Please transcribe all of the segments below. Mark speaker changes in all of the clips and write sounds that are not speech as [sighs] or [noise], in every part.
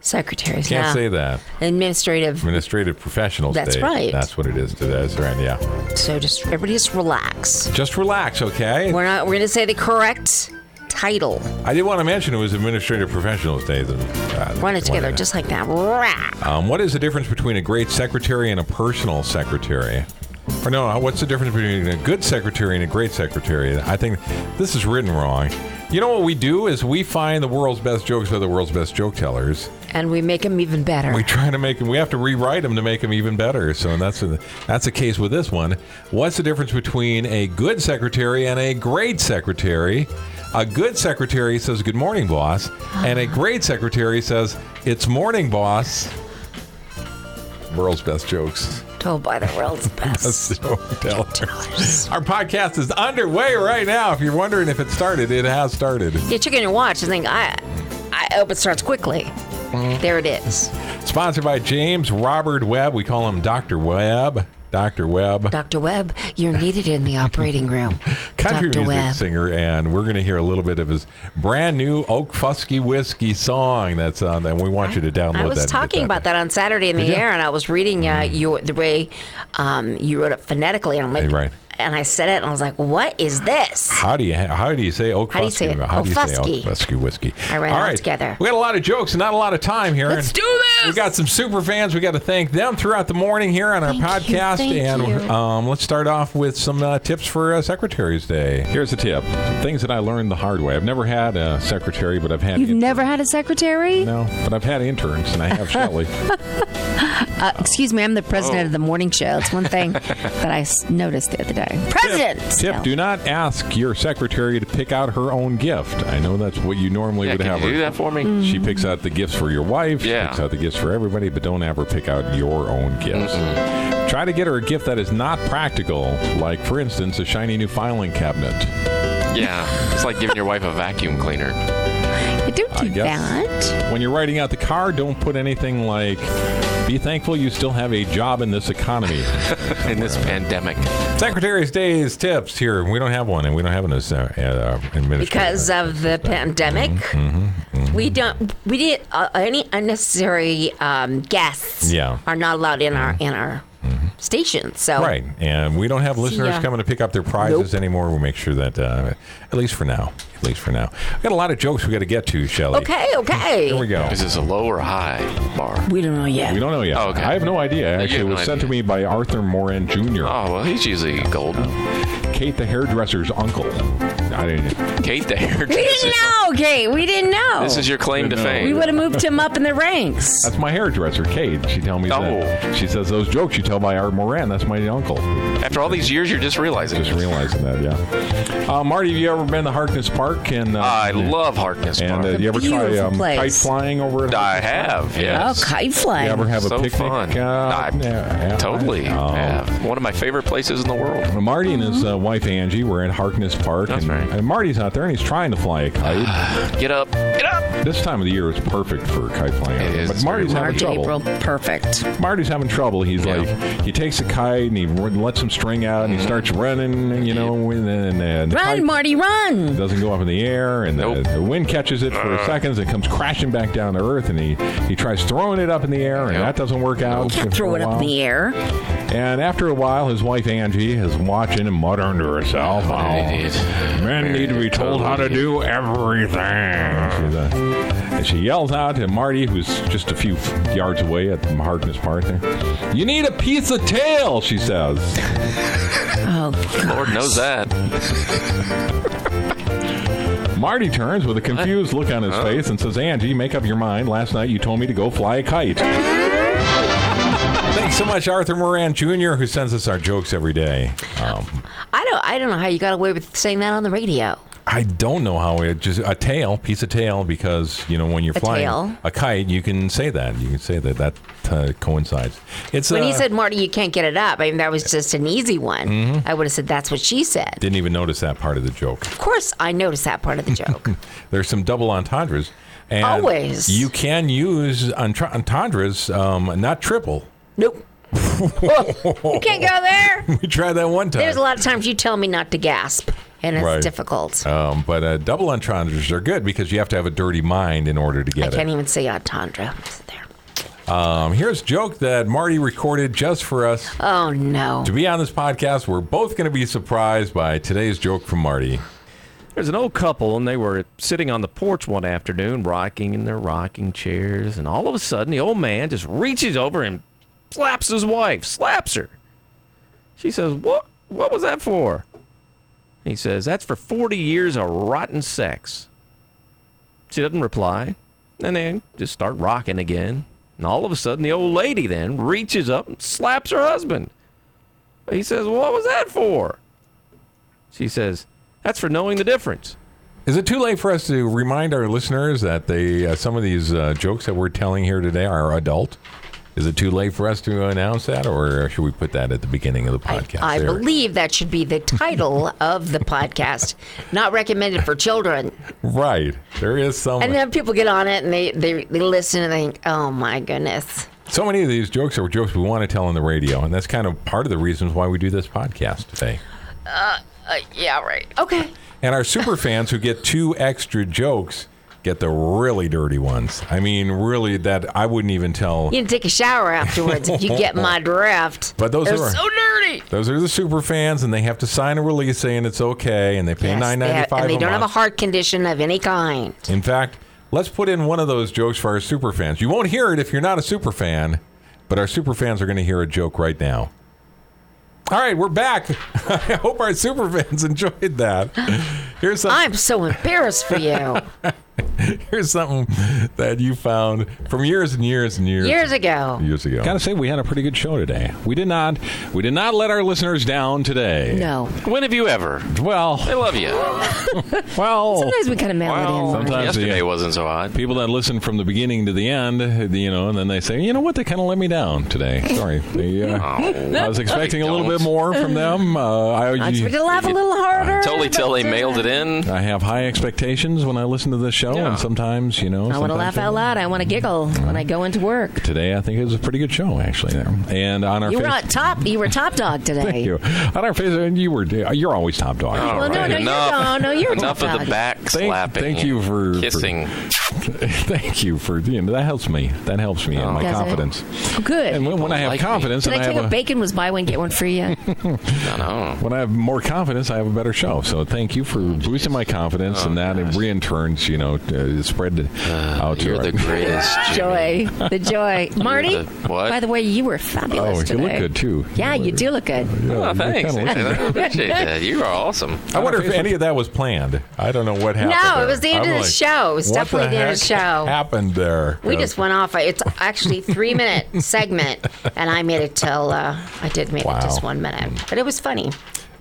Speaker 1: secretaries
Speaker 2: Can't
Speaker 1: now.
Speaker 2: say that.
Speaker 1: Administrative.
Speaker 2: Administrative professionals.
Speaker 1: That's
Speaker 2: Day.
Speaker 1: right.
Speaker 2: That's what it is today. That's right. Yeah.
Speaker 1: So just everybody just relax.
Speaker 2: Just relax, okay?
Speaker 1: We're not. We're gonna say the correct title.
Speaker 2: I did want to mention it was Administrative Professionals Day. Then uh,
Speaker 1: Run it together
Speaker 2: wanted-
Speaker 1: just like that. Rah.
Speaker 2: Um, what is the difference between a great secretary and a personal secretary? Or no, uh, what's the difference between a good secretary and a great secretary? I think this is written wrong. You know what we do is we find the world's best jokes by the world's best joke tellers.
Speaker 1: And we make them even better. [laughs]
Speaker 2: We try to make them. We have to rewrite them to make them even better. So that's a, that's the case with this one. What's the difference between a good secretary and a great secretary? A good secretary says "Good morning, boss," and a great secretary says "It's morning, boss." World's best jokes. [laughs]
Speaker 1: Told by Oh, the world's
Speaker 2: That's
Speaker 1: best.
Speaker 2: the joke teller.
Speaker 1: tellers.
Speaker 2: Our podcast is underway right now. If you're wondering if it started, it has started.
Speaker 1: Get your your watch and think. I. I hope it starts quickly.
Speaker 2: Mm-hmm.
Speaker 1: There it is.
Speaker 2: Sponsored by James Robert Webb. We call him Doctor Webb. Doctor Webb.
Speaker 1: Dr. Webb, you're needed in the operating room.
Speaker 2: country music
Speaker 1: Dr. Webb.
Speaker 2: singer, and we're going to hear a little bit of his brand new Oak Fusky Whiskey song that's on there. We want you to download that.
Speaker 1: I was
Speaker 2: and get
Speaker 1: talking
Speaker 2: that. Mm-hmm.
Speaker 1: about that on Saturday in the
Speaker 2: Did you?
Speaker 1: air, and I was reading uh, you the way um, you wrote it phonetically, and I'm like,
Speaker 2: Hey, right.
Speaker 1: and I said it, and I was like, what is this?
Speaker 2: How do you how do you say Oak
Speaker 1: How do you
Speaker 2: Fusky?
Speaker 1: say it?
Speaker 2: how do you say Oak
Speaker 1: Okfusky.
Speaker 2: Fusky Whiskey?
Speaker 1: I ran
Speaker 2: All
Speaker 1: it all
Speaker 2: right.
Speaker 1: together.
Speaker 2: We got a lot of jokes and not a lot of time here.
Speaker 1: Let's
Speaker 2: and
Speaker 1: do this!
Speaker 2: We got some super fans. We got to thank them throughout the morning here on our
Speaker 1: Thank you,
Speaker 2: podcast.
Speaker 1: thank
Speaker 2: and
Speaker 1: you.
Speaker 2: Um, let's start off with some uh, tips for uh, Secretary's Day. Here's a tip: some things that I learned the hard way. I've never had a secretary, but I've had
Speaker 3: You've never had a secretary?
Speaker 2: no, but I've had interns, and I
Speaker 1: [laughs]
Speaker 2: have Shelley.
Speaker 3: Uh, excuse me, I'm the president
Speaker 2: Oh.
Speaker 3: of the morning show. It's one
Speaker 2: [laughs]
Speaker 3: thing that I s- noticed the other day. President!
Speaker 2: Tip,
Speaker 3: No.
Speaker 2: do not ask your secretary to pick out her own gift. I know that's what you normally
Speaker 4: Yeah,
Speaker 2: would
Speaker 4: can
Speaker 2: have
Speaker 4: you
Speaker 2: her
Speaker 4: do that for me?
Speaker 3: Mm.
Speaker 2: She picks out the gifts for your wife. She
Speaker 4: Yeah.
Speaker 2: picks out the gifts for everybody, but don't ever pick out your own gifts. Try to get her a gift that is not practical, like, for instance, a shiny new filing cabinet.
Speaker 4: Yeah, it's like giving your wife a vacuum cleaner.
Speaker 3: Don't do
Speaker 2: I guess.
Speaker 3: that.
Speaker 2: When you're writing out the car, don't put anything like, be thankful you still have a job in this
Speaker 4: [laughs]
Speaker 2: economy.
Speaker 4: In
Speaker 2: [laughs]
Speaker 4: this pandemic,
Speaker 2: Secretary's Day's tips here. We don't have one, and we don't have an as- uh, uh, administrator.
Speaker 1: Because of the pandemic,
Speaker 2: Mm-hmm,
Speaker 1: we don't we did uh, any unnecessary um, guests
Speaker 2: Yeah. Mm-hmm.
Speaker 1: are not allowed in our in our station.
Speaker 3: Oh.
Speaker 1: So
Speaker 2: Right, and we don't have listeners
Speaker 1: ya.
Speaker 2: coming to pick up their prizes anymore. We'll make sure that, uh, at least for now, at least for now, we got a lot of jokes we got to get to, Shelley.
Speaker 1: okay, okay.
Speaker 2: Here we go.
Speaker 4: is this a low or high bar?
Speaker 3: We don't know yet.
Speaker 2: We don't know yet.
Speaker 4: Oh, okay.
Speaker 2: I have no idea.
Speaker 4: you
Speaker 2: Actually, it
Speaker 4: have
Speaker 2: was
Speaker 4: no
Speaker 2: sent to
Speaker 4: idea.
Speaker 2: me by Arthur Moran Jr.,
Speaker 4: Oh well, he's usually golden.
Speaker 2: Kate the hairdresser's uncle. I didn't.
Speaker 4: Kate the
Speaker 3: [laughs] We didn't know, Kate. We didn't know.
Speaker 4: This is your claim to
Speaker 2: Didn't know.
Speaker 3: we
Speaker 4: fame.
Speaker 3: would have moved him up in the ranks.
Speaker 2: That's my hairdresser, Kate. She tell me
Speaker 4: Oh.
Speaker 2: that. She says those jokes you tell by Art Moran. That's my uncle.
Speaker 4: After all these years, you're just realizing.
Speaker 2: Just
Speaker 4: it.
Speaker 2: realizing that, yeah. Uh, Marty, have you ever been to Harkness Park? And uh,
Speaker 4: I love Harkness
Speaker 2: and uh,
Speaker 4: Park.
Speaker 2: you ever try
Speaker 3: beautiful
Speaker 2: um,
Speaker 3: place.
Speaker 2: kite flying over at
Speaker 4: I
Speaker 2: Harkness Park?
Speaker 4: have,
Speaker 3: Oh,
Speaker 4: yes.
Speaker 3: kite flying.
Speaker 2: You ever have a
Speaker 4: so
Speaker 2: picnic?
Speaker 4: fun.
Speaker 2: Uh,
Speaker 4: I
Speaker 2: yeah, yeah,
Speaker 4: totally
Speaker 2: I- oh.
Speaker 4: have. One of my favorite places in the world.
Speaker 2: Marty and his uh, wife Angie were at Harkness Park,
Speaker 4: That's
Speaker 2: and,
Speaker 4: right.
Speaker 2: and Marty's out there and he's trying to fly a kite.
Speaker 4: [sighs] Get up, get up.
Speaker 2: this time of the year is perfect for kite flying,
Speaker 4: It is.
Speaker 2: but
Speaker 4: It's
Speaker 2: Marty's
Speaker 4: very
Speaker 2: having
Speaker 3: March,
Speaker 2: trouble.
Speaker 3: April, perfect.
Speaker 2: Marty's having trouble. He's
Speaker 4: Yeah. Mm-hmm.
Speaker 2: like, he takes a kite and he r- lets some string out and he starts running, you know, and, and, and the
Speaker 3: Run,
Speaker 2: kite
Speaker 3: Marty, run!
Speaker 2: doesn't go up in the air, and
Speaker 4: Nope. Uh.
Speaker 2: the, the wind catches it for seconds and comes crashing back down to earth, and he, he tries throwing it up in the air, and
Speaker 4: Yep.
Speaker 2: that doesn't work out.
Speaker 3: Can't
Speaker 2: for
Speaker 3: throw
Speaker 2: a
Speaker 3: it up in
Speaker 2: while.
Speaker 3: the air.
Speaker 2: And after a while, his wife Angie is watching and muttering to herself, oh,
Speaker 4: Idiot.
Speaker 2: men need to be told how to do everything. She's uh, a- and she yells out to Marty, who's just a few yards away at Harkness Park there, You need a piece of tail, she says.
Speaker 3: Oh,
Speaker 4: Lord knows that.
Speaker 2: Marty turns with a confused look on his face and says, Angie, make up your mind. Last night you told me to go fly a kite. Thanks so much, Arthur Moran Jr., who sends us our jokes every day. Um,
Speaker 1: I don't I don't know how you got away with saying that on the radio.
Speaker 2: I don't know how it just a tail, piece of tail, because you know when you're
Speaker 1: A
Speaker 2: flying
Speaker 1: tail.
Speaker 2: a kite, you can say that. You can say that that uh, coincides. It's
Speaker 1: When he
Speaker 2: uh,
Speaker 1: said, Marty, you can't get it up, I mean, that was just an easy one.
Speaker 2: Mm-hmm.
Speaker 1: I would have said, that's what she said.
Speaker 2: didn't even notice that part of the joke.
Speaker 1: Of course, I noticed that part of the joke.
Speaker 2: [laughs] There's some double entendres. And
Speaker 1: Always.
Speaker 2: You can use entra- entendres, um, not triple. [laughs]
Speaker 1: nope. you can't go there.
Speaker 2: We tried that one time.
Speaker 1: There's a lot of times you tell me not to gasp, And
Speaker 3: it's
Speaker 2: Right.
Speaker 3: difficult.
Speaker 2: Um, but uh, double entendres are good because you have to have a dirty mind in order to
Speaker 3: I
Speaker 2: get
Speaker 3: can't
Speaker 2: it.
Speaker 3: even say entendre. It's there.
Speaker 2: Um, here's a joke that Marty recorded just for us
Speaker 3: Oh no.
Speaker 2: to be on this podcast. We're both going to be surprised by today's joke from Marty.
Speaker 4: There's an old couple, and they were sitting on the porch one afternoon, rocking in their rocking chairs, and all of a sudden, the old man just reaches over and slaps his wife, slaps her. She says, "What? What was that for?" And he says, "That's for 40 years of rotten sex." She doesn't reply, and they just start rocking again. And all of a sudden, the old lady then reaches up and slaps her husband. He says, "What was that for?" She says, "That's for knowing the difference."
Speaker 2: Is it too late for us to remind our listeners that they uh, some of these uh, jokes that we're telling here today are adult? Is it too late for us to announce that, or should we put that at the beginning of the podcast?
Speaker 3: I
Speaker 2: There.
Speaker 3: believe that should be the
Speaker 2: [laughs]
Speaker 3: title of the podcast. Not recommended for children.
Speaker 2: right. There is some.
Speaker 3: And then people get on it and they, they, they listen and they think, oh my goodness.
Speaker 2: so many of these jokes are jokes we want to tell on the radio, and that's kind of part of the reasons why we do this podcast today.
Speaker 3: Uh, yeah, right. Okay.
Speaker 2: And
Speaker 3: [laughs]
Speaker 2: our super fans who get two extra jokes get the really dirty ones. I mean, really, that I wouldn't even tell.
Speaker 3: You can take a shower afterwards if you get my draft.
Speaker 2: [laughs] But those
Speaker 3: They're
Speaker 2: are-
Speaker 3: so dirty.
Speaker 2: Those are the super fans, and they have to sign a release saying it's okay, and they pay
Speaker 3: Yes,
Speaker 2: nine
Speaker 3: they
Speaker 2: ninety
Speaker 3: have-
Speaker 2: five.
Speaker 3: and they don't
Speaker 2: month.
Speaker 3: have a heart condition of any kind.
Speaker 2: In fact, let's put in one of those jokes for our super fans. You won't hear it if you're not a super fan, but our super fans are going to hear a joke right now. All right, we're back. [laughs] I hope our super fans [laughs] enjoyed that. Here's some,
Speaker 3: I'm so embarrassed for
Speaker 2: [laughs]
Speaker 3: you.
Speaker 2: here's something that you found from years and years and years
Speaker 3: Years ago.
Speaker 2: years ago.
Speaker 5: Gotta say, we had a pretty good show today. We did not, we did not let our listeners down today.
Speaker 1: No.
Speaker 6: When have you ever? I
Speaker 5: Well,
Speaker 6: love you.
Speaker 5: well,
Speaker 1: Sometimes we kind of mail
Speaker 6: Well,
Speaker 1: it in.
Speaker 5: Sometimes
Speaker 6: yesterday
Speaker 5: the-
Speaker 6: wasn't so hot.
Speaker 5: people that listen from the beginning to the end, you know, and then they say, you know what, they kind of let me down today. Sorry. They, uh,
Speaker 1: [laughs]
Speaker 6: Oh.
Speaker 5: I was expecting a little
Speaker 6: don't.
Speaker 5: bit more from them. Uh, I,
Speaker 1: I expect to laugh a little harder.
Speaker 6: Totally till they mailed it in.
Speaker 5: I have high expectations when I listen to this show,
Speaker 6: Yeah.
Speaker 5: and sometimes, you know,
Speaker 1: I want to laugh out loud. I want to giggle when I go into work.
Speaker 5: Today, I think it was a pretty good show, actually. There. And on our
Speaker 1: You were
Speaker 5: face-
Speaker 1: on top. You were top dog today.
Speaker 5: [laughs]
Speaker 1: Oh.
Speaker 5: Thank you. On our Facebook, you were you're always top dog.
Speaker 6: All
Speaker 1: Well, no,
Speaker 6: right.
Speaker 1: no, you
Speaker 6: enough.
Speaker 1: don't. No, you're
Speaker 6: enough of
Speaker 1: top
Speaker 6: the
Speaker 1: dog.
Speaker 6: back slapping.
Speaker 5: thank you for- for-
Speaker 6: kissing.
Speaker 5: [laughs] Thank you for you know, that helps me. That helps me in my
Speaker 1: Oh. Does it?
Speaker 5: confidence.
Speaker 1: Good.
Speaker 5: And when, when I have
Speaker 6: Like me.
Speaker 5: confidence,
Speaker 1: Did
Speaker 5: and
Speaker 1: I
Speaker 5: I
Speaker 1: tell you
Speaker 5: have a,
Speaker 1: bacon was buy one get one free? Yeah.
Speaker 6: I know.
Speaker 5: when I have more confidence, I have a better show. So thank you for boosting my confidence, and that
Speaker 3: Oh,
Speaker 5: it re in turns, you know, uh, spread
Speaker 2: Oh,
Speaker 5: out to
Speaker 6: You're
Speaker 5: our-
Speaker 6: the greatest. Jimmy.
Speaker 1: joy, the joy. Marty,
Speaker 6: the- what?
Speaker 1: by the way, you
Speaker 5: [laughs]
Speaker 1: were
Speaker 5: Oh,
Speaker 1: fabulous
Speaker 5: you
Speaker 1: today.
Speaker 5: look good too.
Speaker 1: Yeah, you do look good.
Speaker 5: Yeah,
Speaker 6: Oh,
Speaker 5: you
Speaker 6: thanks.
Speaker 5: kinda look
Speaker 6: I appreciate that.
Speaker 1: [laughs]
Speaker 6: You are awesome.
Speaker 2: I wonder if any of that was planned. I don't know what happened.
Speaker 3: No, it
Speaker 2: there.
Speaker 3: was the end
Speaker 2: I'm
Speaker 3: of the
Speaker 2: like,
Speaker 3: show. It was
Speaker 2: what
Speaker 3: definitely the end of the
Speaker 2: heck
Speaker 3: show.
Speaker 2: Happened there.
Speaker 3: We just went off. It's actually three minute segment, and I made it till uh, I did make
Speaker 2: Wow.
Speaker 3: it just one minute, but it was funny.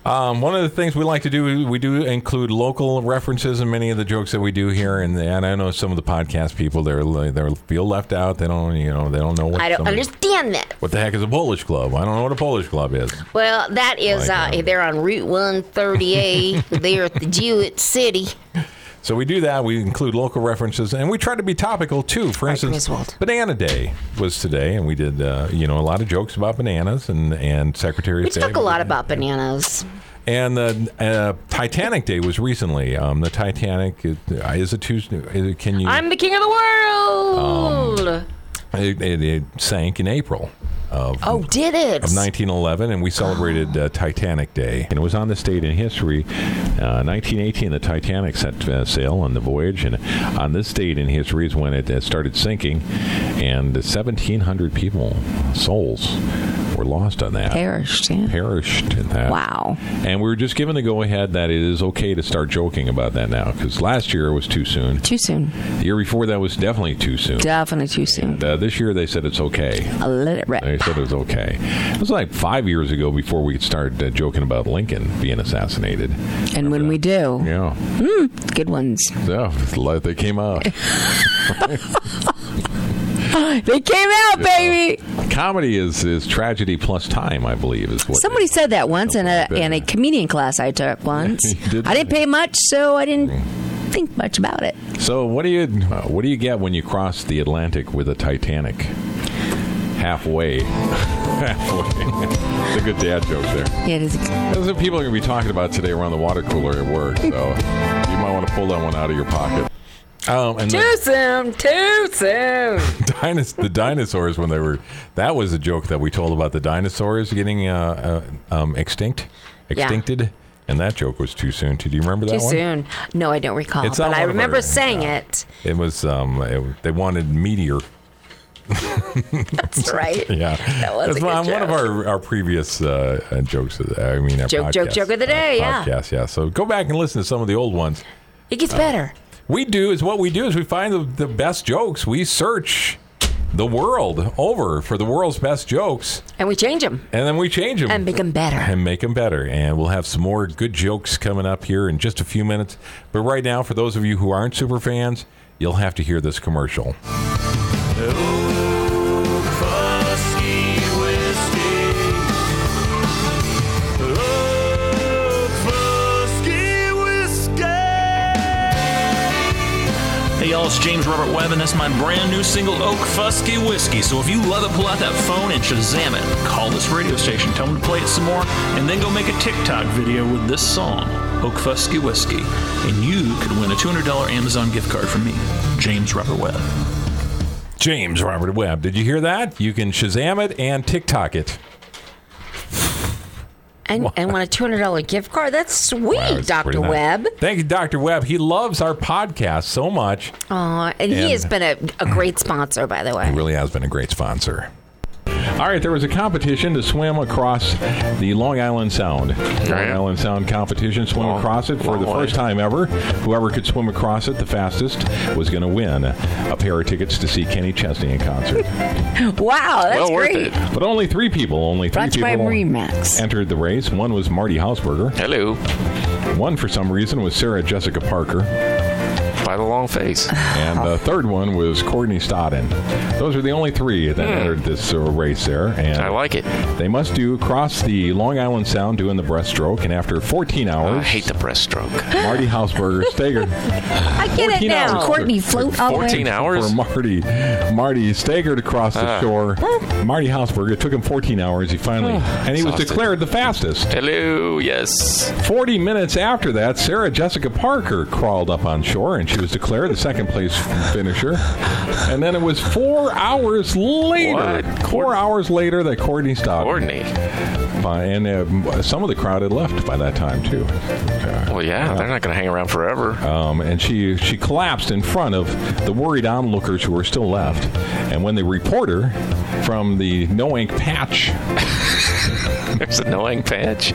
Speaker 2: Um, one of the things we like to do, we do include local references in many of the jokes that we do here, and, and I know some of the podcast people they're they feel left out. They don't you know they don't know what
Speaker 3: I don't
Speaker 2: some of the-
Speaker 3: understand that.
Speaker 2: what the heck is a Polish club. I don't know what a Polish club is.
Speaker 3: Well, that is
Speaker 2: Like,
Speaker 3: uh,
Speaker 2: um,
Speaker 3: they're on Route One Thirty Eight. They're at the Jewett City.
Speaker 2: So we do that. We include local references, and we try to be topical too. For instance,
Speaker 3: Griswold.
Speaker 2: Banana Day was today, and we did uh, you know a lot of jokes about bananas and and Secretary
Speaker 3: We
Speaker 2: of State.
Speaker 3: talk a lot about bananas.
Speaker 2: And the uh, Titanic Day was recently. Um, the Titanic is, is a Tuesday. Is it, can you?
Speaker 3: I'm the king of the world.
Speaker 2: It, it, it sank in April of,
Speaker 3: oh, did it?
Speaker 2: of 1911, and we celebrated uh, Titanic Day.
Speaker 5: And it was on this date in history, uh, 1918, the Titanic set uh, sail on the voyage. And on this date in history is when it uh, started sinking. And 1,700 people, souls, were lost on that.
Speaker 1: Perished. Yeah.
Speaker 5: Perished in that.
Speaker 1: Wow.
Speaker 5: And we were just given the go ahead that it is okay to start joking about that now because last year it was too soon.
Speaker 1: Too soon.
Speaker 5: The year before that was definitely too soon.
Speaker 1: Definitely too soon.
Speaker 5: And, uh, this year they said it's okay.
Speaker 1: I'll let it rip.
Speaker 5: They said it was okay. It was like five years ago before we started uh, joking about Lincoln being assassinated.
Speaker 1: And when we do,
Speaker 5: Yeah,
Speaker 1: good ones.
Speaker 5: yeah, it's like they came out.
Speaker 1: They came out, baby.
Speaker 5: Comedy is is tragedy plus time, I believe, is what.
Speaker 1: Somebody said that once in a
Speaker 5: Something like
Speaker 1: in
Speaker 5: that.
Speaker 1: a comedian class I took once.
Speaker 5: Did
Speaker 1: I didn't
Speaker 5: they?
Speaker 1: pay much, so I didn't think much about it.
Speaker 5: So what do you what do you get when you cross the Atlantic with a Titanic halfway? [laughs]
Speaker 7: it's a good dad joke there.
Speaker 3: It is.
Speaker 7: That's what people are going to be talking about today around the water cooler at work. So you might want to pull that one out of your pocket.
Speaker 2: Um, and the,
Speaker 1: Too soon. Too soon.
Speaker 2: dinos- the dinosaurs, when they were, that was a joke that we told about the dinosaurs getting uh, uh, um, extinct,
Speaker 1: Yeah.
Speaker 2: extincted, and that joke was too soon. Too. Do you remember that
Speaker 1: Too
Speaker 2: one?
Speaker 1: soon. No, I don't recall.
Speaker 2: It's on
Speaker 1: but I
Speaker 2: one of
Speaker 1: remember
Speaker 2: our-
Speaker 1: saying
Speaker 2: yeah.
Speaker 1: it.
Speaker 2: It was. Um, it, they wanted meteor.
Speaker 1: That's right.
Speaker 2: [laughs] Yeah,
Speaker 1: That was a
Speaker 2: It's
Speaker 1: good
Speaker 2: on one of
Speaker 1: joke.
Speaker 2: our our previous uh, uh, jokes. of the- I mean, our
Speaker 1: Joke, joke,
Speaker 2: podcast.
Speaker 1: joke of the day, yeah.
Speaker 2: Yes, yeah. So go back and listen to some of the old ones.
Speaker 1: It gets better.
Speaker 2: We do is what we do is we find the, the best jokes. We search the world over for the world's best jokes,
Speaker 1: And we change them
Speaker 2: and then we change them
Speaker 1: and make
Speaker 2: [laughs]
Speaker 1: them better.
Speaker 2: and make them better. And we'll have some more good jokes coming up here in just a few minutes. But right now, for those of you who aren't super fans, you'll have to hear this commercial.
Speaker 8: Hey y'all, it's James Robert Webb, and that's my brand new single, Oak Fusky Whiskey. So if you love it, pull out that phone and Shazam it. Call this radio station, tell them to play it some more, and then go make a TikTok video with this song, Oak Fusky Whiskey. And you could win a $200 Amazon gift card from me, James Robert Webb.
Speaker 2: James Robert Webb. Did you hear that? You can Shazam it and TikTok it.
Speaker 1: And, and want a $200 gift card? That's sweet,
Speaker 2: Wow, it's pretty
Speaker 1: Dr.
Speaker 2: nice.
Speaker 1: Webb.
Speaker 2: Thank you, Dr. Webb. He loves our podcast so much.
Speaker 1: Aw, Uh, and he has
Speaker 2: And-
Speaker 1: been a, a great sponsor, by the way.
Speaker 2: He really has been a great sponsor. All right, there was a competition to swim across the Long Island Sound. Long
Speaker 4: Yeah.
Speaker 2: Island Sound competition, swim
Speaker 4: Long-
Speaker 2: across it for
Speaker 4: long
Speaker 2: the
Speaker 4: way.
Speaker 2: first time ever. Whoever could swim across it the fastest was going to win a pair of tickets to see Kenny Chesney in concert.
Speaker 3: Wow, that's
Speaker 4: well worth
Speaker 3: great.
Speaker 4: it.
Speaker 2: but only three people, only three
Speaker 3: Brought to you by
Speaker 2: people
Speaker 3: Remax.
Speaker 2: entered the race. One was Marty Hausberger.
Speaker 4: Hello.
Speaker 2: One, for some reason, was Sarah Jessica Parker.
Speaker 4: By the long face.
Speaker 2: And the third one was Courtney Stodden. Those are the only three that entered this uh, race there. And
Speaker 4: Hmm. I like it.
Speaker 2: They must do cross the Long Island Sound doing the breaststroke, and after 14 hours,
Speaker 4: I hate the breaststroke.
Speaker 2: Marty
Speaker 4: [laughs]
Speaker 2: Hausberger staggered.
Speaker 1: I get it
Speaker 2: 14
Speaker 1: now.
Speaker 2: hours.
Speaker 3: Courtney float
Speaker 1: Oh,
Speaker 3: away.
Speaker 4: 14 hours? Ah.
Speaker 2: For Marty, Marty staggered across the shore. Marty Hausberger. It took him 14 hours. He
Speaker 4: [sighs]
Speaker 2: finally, and he was
Speaker 4: Exhausted.
Speaker 2: declared the fastest.
Speaker 4: Hello. Yes.
Speaker 2: 40 minutes after that, Sarah Jessica Parker crawled up on shore, and she was declared the second place finisher. And then it was four hours later,
Speaker 4: What?
Speaker 2: four hours later, that Courtney stopped.
Speaker 4: Courtney.
Speaker 2: By- and uh, some of the crowd had left by that time too. Uh,
Speaker 4: Well, yeah, they're not going to hang around forever.
Speaker 2: um, and she she collapsed in front of the worried onlookers who were still left. And when the reporter from the No Ink Patch
Speaker 4: There's a knowing patch.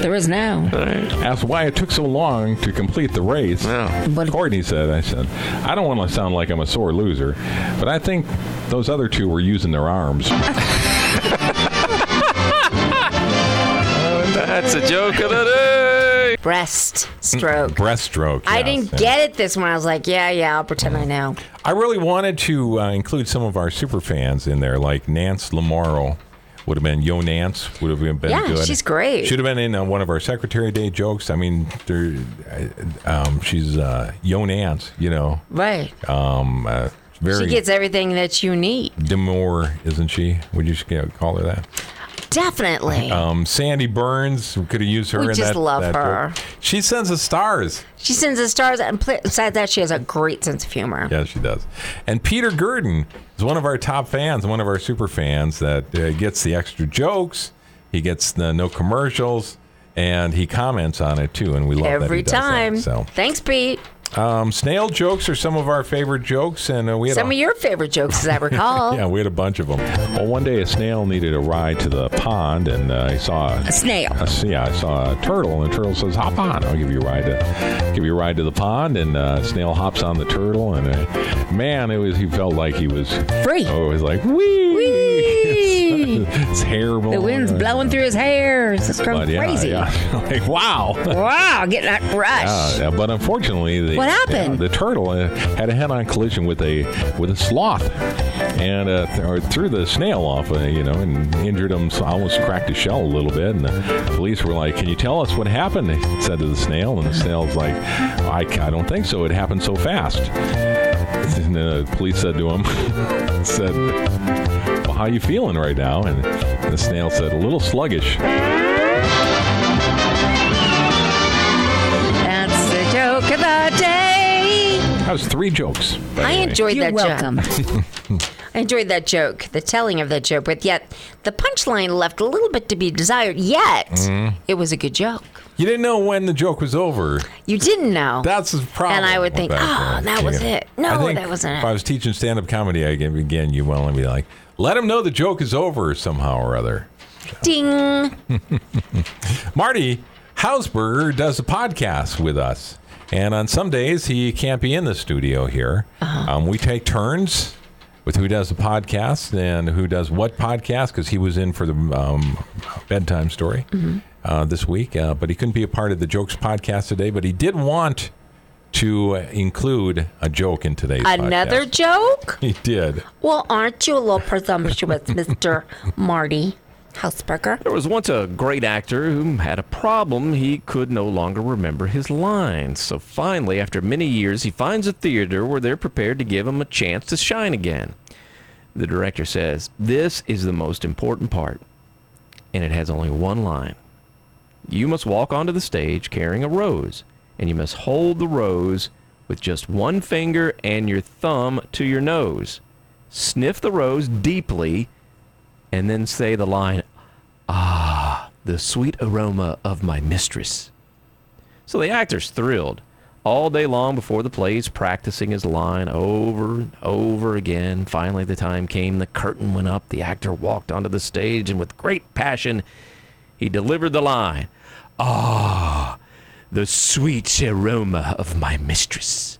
Speaker 3: There is now.
Speaker 4: All right.
Speaker 2: asked why it took so long to complete the race,
Speaker 4: Yeah.
Speaker 3: But-
Speaker 2: Courtney said, "I said I don't want to sound like I'm a sore loser, but I think those other two were using their arms."
Speaker 4: That's a joke of the day.
Speaker 1: Breast
Speaker 2: [laughs]
Speaker 1: stroke.
Speaker 2: Breaststroke.
Speaker 1: I didn't get it this one. I was like, yeah, yeah, I'll pretend I know.
Speaker 2: I really wanted to uh, include some of our super fans in there, like Nance Lamoro would have been Yo Nance would have been been
Speaker 1: Yeah,
Speaker 2: good.
Speaker 1: she's great.
Speaker 2: Should have been in uh, one of our Secretary Day jokes. I mean, there, uh, um, she's uh, Yo Nance, you know.
Speaker 1: Right.
Speaker 2: Um, uh, very
Speaker 1: She gets everything that you need.
Speaker 2: demure, isn't she? Would you you know, call her that?
Speaker 1: Definitely.
Speaker 2: Um, Sandy Burns we could have used her.
Speaker 1: We
Speaker 2: in
Speaker 1: just
Speaker 2: that,
Speaker 1: love
Speaker 2: that joke.
Speaker 1: her.
Speaker 2: She sends us stars.
Speaker 1: she sends us stars, and pl- besides that, she has a great sense of humor.
Speaker 2: Yeah, she does. And Peter Gurdon is one of our top fans, one of our super fans that uh, gets the extra jokes. He gets the no commercials, and he comments on it too. And we love that he
Speaker 1: Every
Speaker 2: does that.
Speaker 1: time.
Speaker 2: So,
Speaker 1: Thanks, Pete.
Speaker 2: um, snail jokes are some of our favorite jokes, and uh, we had
Speaker 1: Some
Speaker 2: a,
Speaker 1: of your favorite jokes, as I
Speaker 3: Oh.
Speaker 2: [laughs]
Speaker 1: recall.
Speaker 2: yeah, we had a bunch of them. Well, one day a snail needed a ride to the pond, and uh, he saw
Speaker 3: A snail.
Speaker 2: [laughs] I see. I saw a turtle, and the turtle says, "Hop on! I'll give you a ride to give you a ride to the pond." And uh, snail hops on the turtle, and uh, man, it was he felt like he was
Speaker 3: Free.
Speaker 1: [laughs]
Speaker 2: Oh, it was like wee. [laughs]
Speaker 3: Whee!
Speaker 2: it's terrible.
Speaker 3: The wind's blowing through his hair. It's going
Speaker 2: But Oh, yeah,
Speaker 3: crazy.
Speaker 1: [laughs]
Speaker 2: yeah. [laughs] like wow.
Speaker 3: Wow, getting that rush.
Speaker 2: Uh, but unfortunately, the,
Speaker 3: What happened?
Speaker 2: yeah, the turtle uh, had a head-on collision with a with a sloth, and uh, th- or threw the snail off, uh, you know, and injured him. So almost cracked his shell a little bit. And the police were like, "Can you tell us what happened?" They said to the snail, and the snail's like, "I, I don't think so. It happened so [laughs] fast." And the police said to him, "said." Well, how
Speaker 7: how you feeling right now? And the snail said, a little sluggish.
Speaker 3: That's the joke of the day.
Speaker 7: That was three jokes. by the
Speaker 1: I
Speaker 7: way.
Speaker 1: enjoyed
Speaker 3: You're
Speaker 1: that
Speaker 3: welcome.
Speaker 1: joke.
Speaker 2: [laughs]
Speaker 1: I enjoyed that joke, the telling of that joke, but yet the punchline left a little bit to be desired. Yet
Speaker 2: Mm-hmm.
Speaker 1: it was a good joke.
Speaker 2: You didn't know when the joke was over.
Speaker 1: You didn't know.
Speaker 2: That's the problem.
Speaker 1: And I would think,
Speaker 2: with
Speaker 1: "Oh, that was
Speaker 2: Yeah.
Speaker 1: it. No,
Speaker 2: I think
Speaker 1: that wasn't
Speaker 2: If
Speaker 1: it."
Speaker 2: I was teaching stand up comedy again, again, you want to be like, let them know the joke is over somehow or other.
Speaker 1: Ding.
Speaker 2: Marty Hausberger does a podcast with us. And on some days, he can't be in the studio here.
Speaker 1: Uh-huh.
Speaker 2: Um, we take turns with who does the podcast and who does what podcast because he was in for the um, bedtime story
Speaker 1: Mm-hmm.
Speaker 2: uh, this week. Uh, but he couldn't be a part of the jokes podcast today. But he did want to uh, include a joke in today's
Speaker 1: Another
Speaker 2: podcast.
Speaker 1: joke?
Speaker 2: [laughs] He did.
Speaker 1: Well, aren't you a little presumptuous, [laughs] Mr. Marty Hausberger?
Speaker 9: There was once a great actor who had a problem. He could no longer remember his lines. So finally, after many years, he finds a theater where they're prepared to give him a chance to shine again. The director says, This is the most important part, and it has only one line. You must walk onto the stage carrying a rose, and you must hold the rose with just one finger and your thumb to your nose. Sniff the rose deeply, and then say the line, the sweet aroma of my mistress. So the actor's thrilled. All day long before the play, he's practicing his line over and over again. Finally, the time came, the curtain went up, the actor walked onto the stage, and with great passion, he delivered the line Ah, the sweet aroma of my mistress.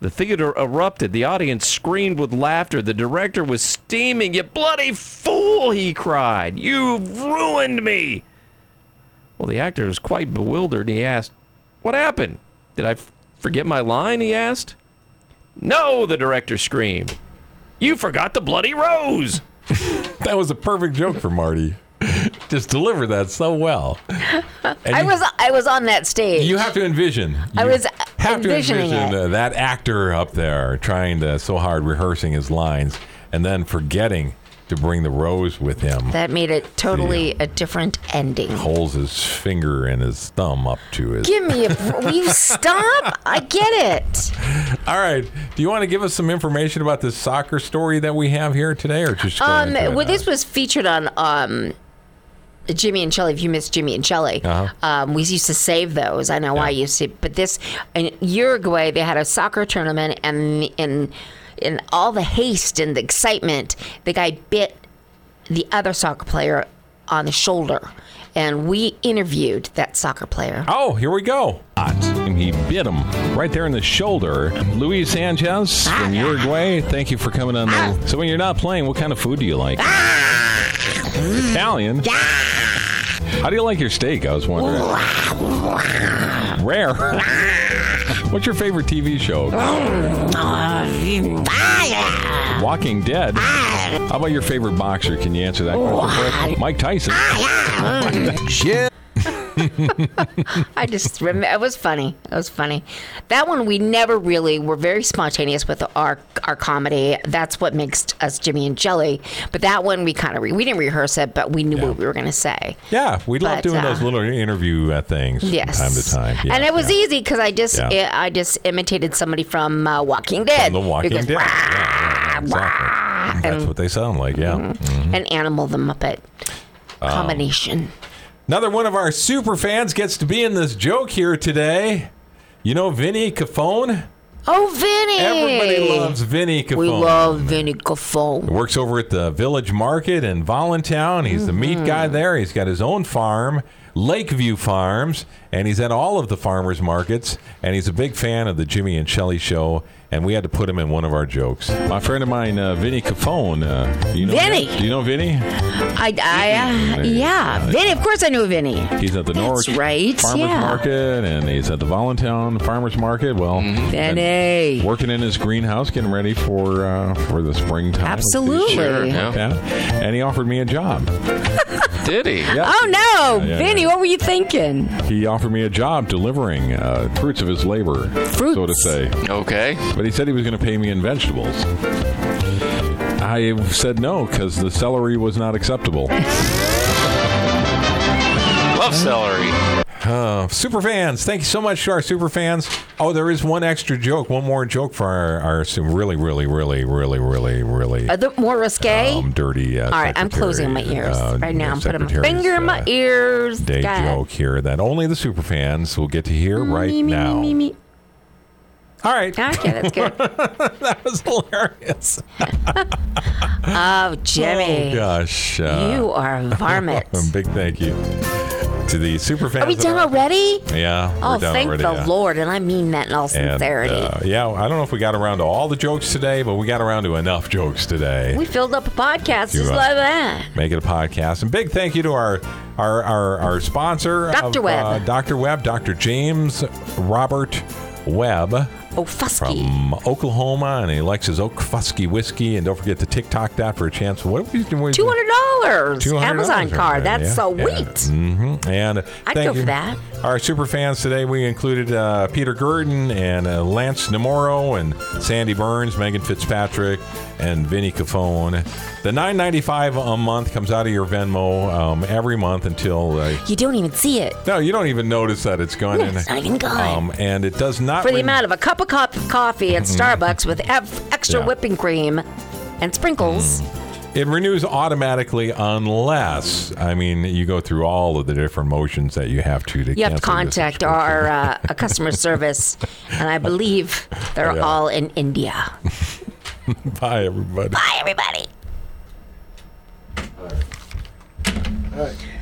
Speaker 9: The theater erupted. The audience screamed with laughter. The director was steaming. You bloody fool, he cried. You've ruined me. Well, the actor was quite bewildered. He asked, What happened? Did I f- forget my line? He asked. No, the director screamed. You forgot the bloody rose.
Speaker 2: That was a perfect joke for Marty. [laughs] Just delivered that so well. And
Speaker 1: [laughs] I
Speaker 2: you-
Speaker 1: was I was on that stage.
Speaker 2: You have to envision.
Speaker 1: I
Speaker 2: You
Speaker 1: was
Speaker 2: have to
Speaker 1: envisioning
Speaker 2: envision
Speaker 1: it.
Speaker 2: uh, that actor up there trying to so hard rehearsing his lines and then forgetting to bring the rose with him.
Speaker 1: that made it totally a different ending.
Speaker 2: Holds his finger and his thumb up to his.
Speaker 1: Give me a. Will you stop? I get it.
Speaker 2: All right. Do you want to give us some information about this soccer story that we have here today, or just? go
Speaker 1: Um,
Speaker 2: into it
Speaker 1: well,
Speaker 2: now?
Speaker 1: this was featured on um, Jimmy and Shelley. If you missed Jimmy and Shelley,
Speaker 2: Uh-huh.
Speaker 1: um, we used to save those. I know I used to, but this in Uruguay they had a soccer tournament, and in in all the haste and the excitement, the guy bit the other soccer player on the shoulder, and we interviewed that soccer player.
Speaker 2: Oh, here we go.
Speaker 7: And he bit him right there in the shoulder. Luis Sanchez from Uruguay, thank you for coming on the. So when you're not playing, what kind of food do you like? Italian. How do you like your steak? I was wondering. Rare. [laughs] What's your favorite TV show? Walking Dead. How about your favorite boxer? Can you answer that question? quick? Mike Tyson.
Speaker 1: I just remember it was funny. It was funny. That one we never really were very spontaneous with our our comedy. That's what makes us Jimmy and Jelly. But that one we kind of re- we didn't rehearse it, but we knew what we were going to say.
Speaker 2: Yeah, we love
Speaker 1: But,
Speaker 2: doing those
Speaker 1: uh,
Speaker 2: little interview uh, things
Speaker 1: Yes,
Speaker 2: from time to time. Yeah,
Speaker 1: and it was
Speaker 2: yeah.
Speaker 1: easy because I just
Speaker 2: Yeah.
Speaker 1: I, I just imitated somebody from uh, Walking Dead.
Speaker 2: From The Walking
Speaker 1: Who goes,
Speaker 2: Dead. Yeah, yeah, yeah, exactly. That's what they sound like. Yeah.
Speaker 1: An animal, the Muppet
Speaker 2: Um,
Speaker 1: combination.
Speaker 2: Another one of our super fans gets to be in this joke here today. You know Vinny Cafone?
Speaker 1: oh, Vinny!
Speaker 2: Everybody loves Vinny Cafone.
Speaker 1: We love Vinny Cafone.
Speaker 2: Works over at the Village Market in Voluntown. He's the meat
Speaker 3: Mm-hmm.
Speaker 2: guy there. He's got his own farm, Lakeview Farms, and he's at all of the farmers markets. And he's a big fan of the Jimmy and Shelley show. And we had to put him in one of our jokes.
Speaker 7: My friend of mine, uh, Vinny Cafone. Uh, you know
Speaker 3: Vinny.
Speaker 7: Do you know Vinny?
Speaker 3: I, I uh, yeah, Vinny. Of course, I knew Vinny.
Speaker 7: He's at the Norwich
Speaker 3: right,
Speaker 7: Farmers
Speaker 3: yeah.
Speaker 7: Market, and he's at the Voluntown Farmers Market. Well,
Speaker 3: Mm-hmm. Vinny.
Speaker 7: working in his greenhouse, getting ready for uh, for the springtime.
Speaker 3: Absolutely.
Speaker 4: Sure. Yeah.
Speaker 7: Yeah, and he offered me a job.
Speaker 4: Did he?
Speaker 7: Yeah.
Speaker 3: Oh no,
Speaker 7: Yeah, yeah,
Speaker 3: Vinny!
Speaker 7: yeah.
Speaker 3: What were you thinking?
Speaker 7: He offered me a job delivering uh, fruits of his labor, so to
Speaker 3: Fruits.
Speaker 7: say.
Speaker 4: Okay.
Speaker 7: But he said he was going to pay me in vegetables. I said no because the celery was not acceptable.
Speaker 4: Love celery.
Speaker 2: Uh, super fans, thank you so much to our super fans. Oh, there is one extra joke, one more joke for our, our su- really, really, really, really, really, really
Speaker 1: Are the more risque?
Speaker 2: um, dirty. Uh,
Speaker 1: All right, I'm closing my
Speaker 2: secretary,
Speaker 1: ears
Speaker 2: uh,
Speaker 1: right now. I'm putting my
Speaker 2: secretary's,
Speaker 1: finger in my
Speaker 2: uh,
Speaker 1: ears.
Speaker 2: Day
Speaker 1: God.
Speaker 2: joke here that only the super fans will get to hear right
Speaker 1: Me, me,
Speaker 2: now.
Speaker 1: me, me, me.
Speaker 2: All right,
Speaker 1: Okay, that's good.
Speaker 2: [laughs] that was hilarious.
Speaker 1: Oh,
Speaker 2: Oh
Speaker 1: Jimmy,
Speaker 2: gosh, uh,
Speaker 1: you are
Speaker 2: [laughs]
Speaker 1: varmint.
Speaker 2: a big thank you to the super fans.
Speaker 1: Are we
Speaker 2: that
Speaker 1: done already?
Speaker 2: Yeah,
Speaker 1: Oh,
Speaker 2: we're done
Speaker 1: thank
Speaker 2: already,
Speaker 1: the
Speaker 2: yeah.
Speaker 1: Lord, and I mean that in all
Speaker 2: And,
Speaker 1: sincerity.
Speaker 2: uh, yeah, I don't know if we got around to all the jokes today, but we got around to enough jokes today.
Speaker 1: we filled up a podcast
Speaker 2: You,
Speaker 1: just
Speaker 2: uh,
Speaker 1: like that.
Speaker 2: Make it a podcast. And big thank you to our our our, our sponsor,
Speaker 1: Dr.
Speaker 2: of,
Speaker 1: Webb.
Speaker 2: uh, Dr. Webb, Dr. James Robert Webb
Speaker 1: Oh, Fusky.
Speaker 2: from Oklahoma, and he likes his Oak Fusky whiskey. And don't forget to TikTok that for a chance. What we
Speaker 1: Two hundred dollars
Speaker 2: $200
Speaker 1: Amazon
Speaker 2: right
Speaker 1: card.
Speaker 2: there,
Speaker 1: That's
Speaker 2: yeah,
Speaker 1: so
Speaker 2: yeah.
Speaker 1: sweet.
Speaker 2: Mm-hmm. And
Speaker 1: I'd
Speaker 2: thank
Speaker 1: go for
Speaker 2: you.
Speaker 1: that.
Speaker 2: Our super fans today, we included uh, Peter Gurdon and uh, Lance Nemoro and Sandy Burns, Megan Fitzpatrick, and Vinny Cafone. The nine ninety five a month comes out of your Venmo um, every month until. Uh,
Speaker 1: You don't even see it
Speaker 2: no, you don't even notice that it's gone. in.
Speaker 1: it's not even gone.
Speaker 2: Um, and it does not.
Speaker 1: for the
Speaker 2: rem-
Speaker 1: amount of a cup of co- coffee at Starbucks with ev- extra
Speaker 2: Mm-hmm. Yeah. Mm,
Speaker 1: whipping cream and sprinkles.
Speaker 2: It renews automatically unless, I mean, you go through all of the different motions that you have to. to
Speaker 1: You have
Speaker 2: cancel your
Speaker 1: to contact
Speaker 2: subscription.
Speaker 1: our uh,
Speaker 2: [laughs]
Speaker 1: a customer service, and I believe they're
Speaker 2: Yeah.
Speaker 1: all in India.
Speaker 2: [laughs] Bye, everybody.
Speaker 1: Bye, everybody.